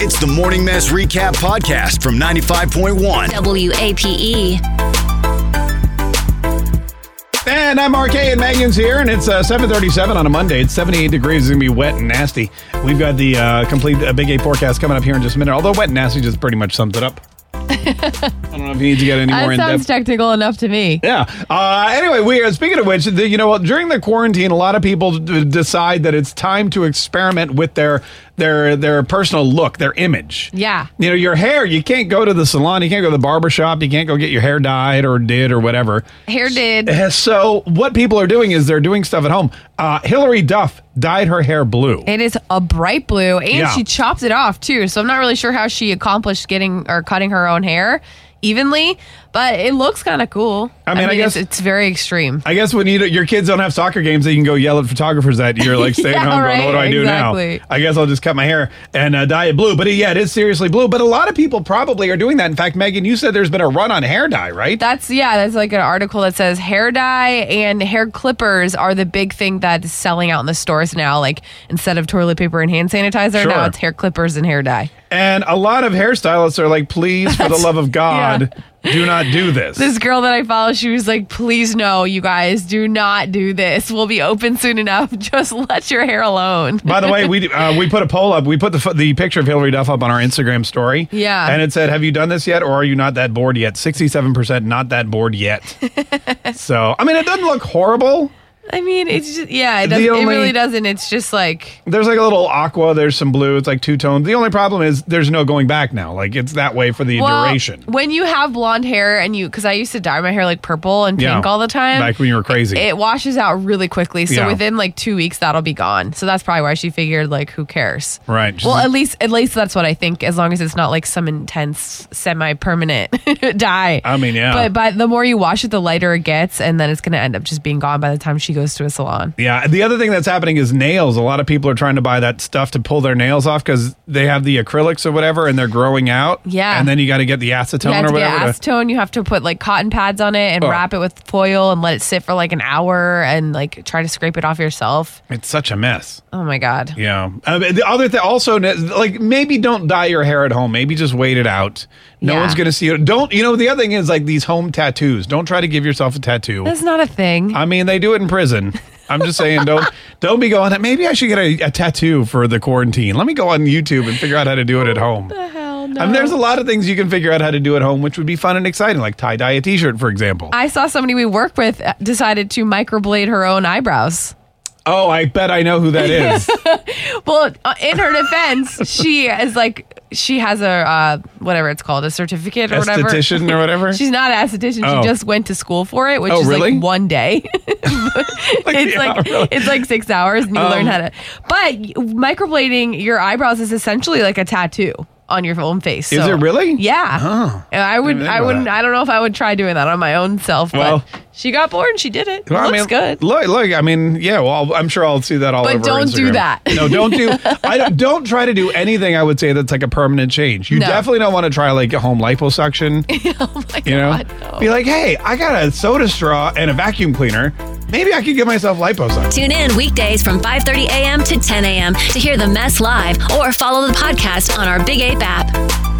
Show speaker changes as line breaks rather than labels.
It's the Morning Mess Recap Podcast from 95.1.
WAPE.
And I'm RK and Megan's here, and it's uh, 7:37 on a Monday. It's 78 degrees. It's gonna be wet and nasty. We've got the uh, complete uh, Big A forecast coming up here in just a minute. Although wet and nasty just pretty much sums it up. I don't know if you need to get any more
That
in depth.
sounds technical enough to me.
Yeah. Uh, anyway, we are speaking of which, the, you know what? During the quarantine, a lot of people d- decide that it's time to experiment with their their their personal look, their image.
Yeah.
You know, your hair. You can't go to the salon. You can't go to the barber shop. You can't go get your hair dyed or did or whatever.
Hair did.
Uh, So what people are doing is they're doing stuff at home. Uh, Hillary Duff dyed her hair blue.
It is a bright blue, and
Yeah.
she chopped it off too. So I'm not really sure how she accomplished getting or cutting her own hair evenly, but it looks kind of cool.
I mean, I guess-
it's, it's very extreme.
I guess when you your kids don't have soccer games, they can go yell at photographers that you're like staying
Yeah,
home. Going,
right,
what do I do
exactly.
now? I guess I'll just cut my hair and uh, dye it blue. But uh, yeah, it is seriously blue. But a lot of people probably are doing that. In fact, Megan, you said there's been a run on hair dye, right?
That's yeah. That's like an article that says hair dye and hair clippers are the big thing that's selling out in the stores now. Like instead of toilet paper and hand sanitizer,
Sure.
now it's hair clippers and hair dye.
and a lot of hairstylists are like, please, for the love of God, do not do this.
this girl that I follow, she was like, please no, you guys, do not do this. We'll be open soon enough. Just let your hair alone.
By the way, we uh, we put a poll up. We put the, ph- the picture of Hillary Duff up on our Instagram story.
Yeah.
And it said, Have you done this yet? Or are you not that bored yet? 67% not that bored yet. so, I mean, it doesn't look horrible.
I mean, it's just, yeah, it,
The
doesn't,
only-
it really doesn't. It's just like,
There's like a little aqua, there's some blue, it's like two tones. The only problem is there's no going back now. Like, it's that way for the
well,
duration.
when you have blonde hair and you, because I used to dye my hair like purple and pink all the time.
Back when you were crazy.
it washes out really quickly. So
Yeah.
within like two weeks, that'll be gone. So that's probably why she figured, like, who cares?
Right. She's
well,
like-
at least at least that's what I think. As long as it's not like some intense semi-permanent dye.
I mean, yeah.
But but the more you wash it, the lighter it gets, and then it's gonna end up just being gone by the time she goes to a salon.
yeah. The other thing that's happening is nails. A lot of people are trying to buy that stuff to pull their nails off because they have the acrylics or whatever and they're growing out.
Yeah.
And then you got to get the acetone
You have
or
to
whatever.
get
to-
acetone. You have to put like cotton pads on it and
Oh.
wrap it with foil and let it sit for like an hour and like try to scrape it off yourself.
It's such a mess.
Oh my god.
Yeah. Um, the other thing, also, like maybe don't dye your hair at home. Maybe just wait it out. No
Yeah.
one's gonna see it. Don't you know? The other thing is like these home tattoos. Don't try to give yourself a tattoo.
That's not a thing.
I mean, they do it in prison. I'm just saying, don't don't be going. Maybe I should get a, a tattoo for the quarantine. Let me go on YouTube and figure out how to do it at home.
Hell
I mean, there's a lot of things you can figure out how to do at home, which would be fun and exciting, like tie dye a T-shirt, for example.
I saw somebody we work with uh, decided to microblade her own eyebrows.
oh, I bet I know who that is.
Well, uh, in her defense, she is like she has a uh, whatever it's called, a certificate or whatever.
Esthetician or whatever.
She's not an esthetician.
Oh.
She just went to school for it, which
Oh,
is
really?
like one day. it's
yeah,
like
really.
it's like six hours, and you
Um,
learn how to. But microblading your eyebrows is essentially like a tattoo on your own face.
Is
so-
it really?
Yeah. And I would.
think
I
about
wouldn't.
that.
I don't know if I would try doing that on my own self. But
Well-
she got bored and she did it.
Well,
it looks
I mean,
good.
Look, look. I mean, yeah. Well, I'll, I'm sure I'll see that all
But
over.
don't do
Instagram.
that.
No, don't do. I don't, don't try to do anything. I would say that's like a permanent change. You
No.
definitely don't want to try like a home liposuction.
oh my
You know,
god. no.
be like, hey, I got a soda straw and a vacuum cleaner. Maybe I could give myself liposuction.
Tune in weekdays from 5:30 a.m. to 10 a.m. to hear the mess live or follow the podcast on our Big Ape app.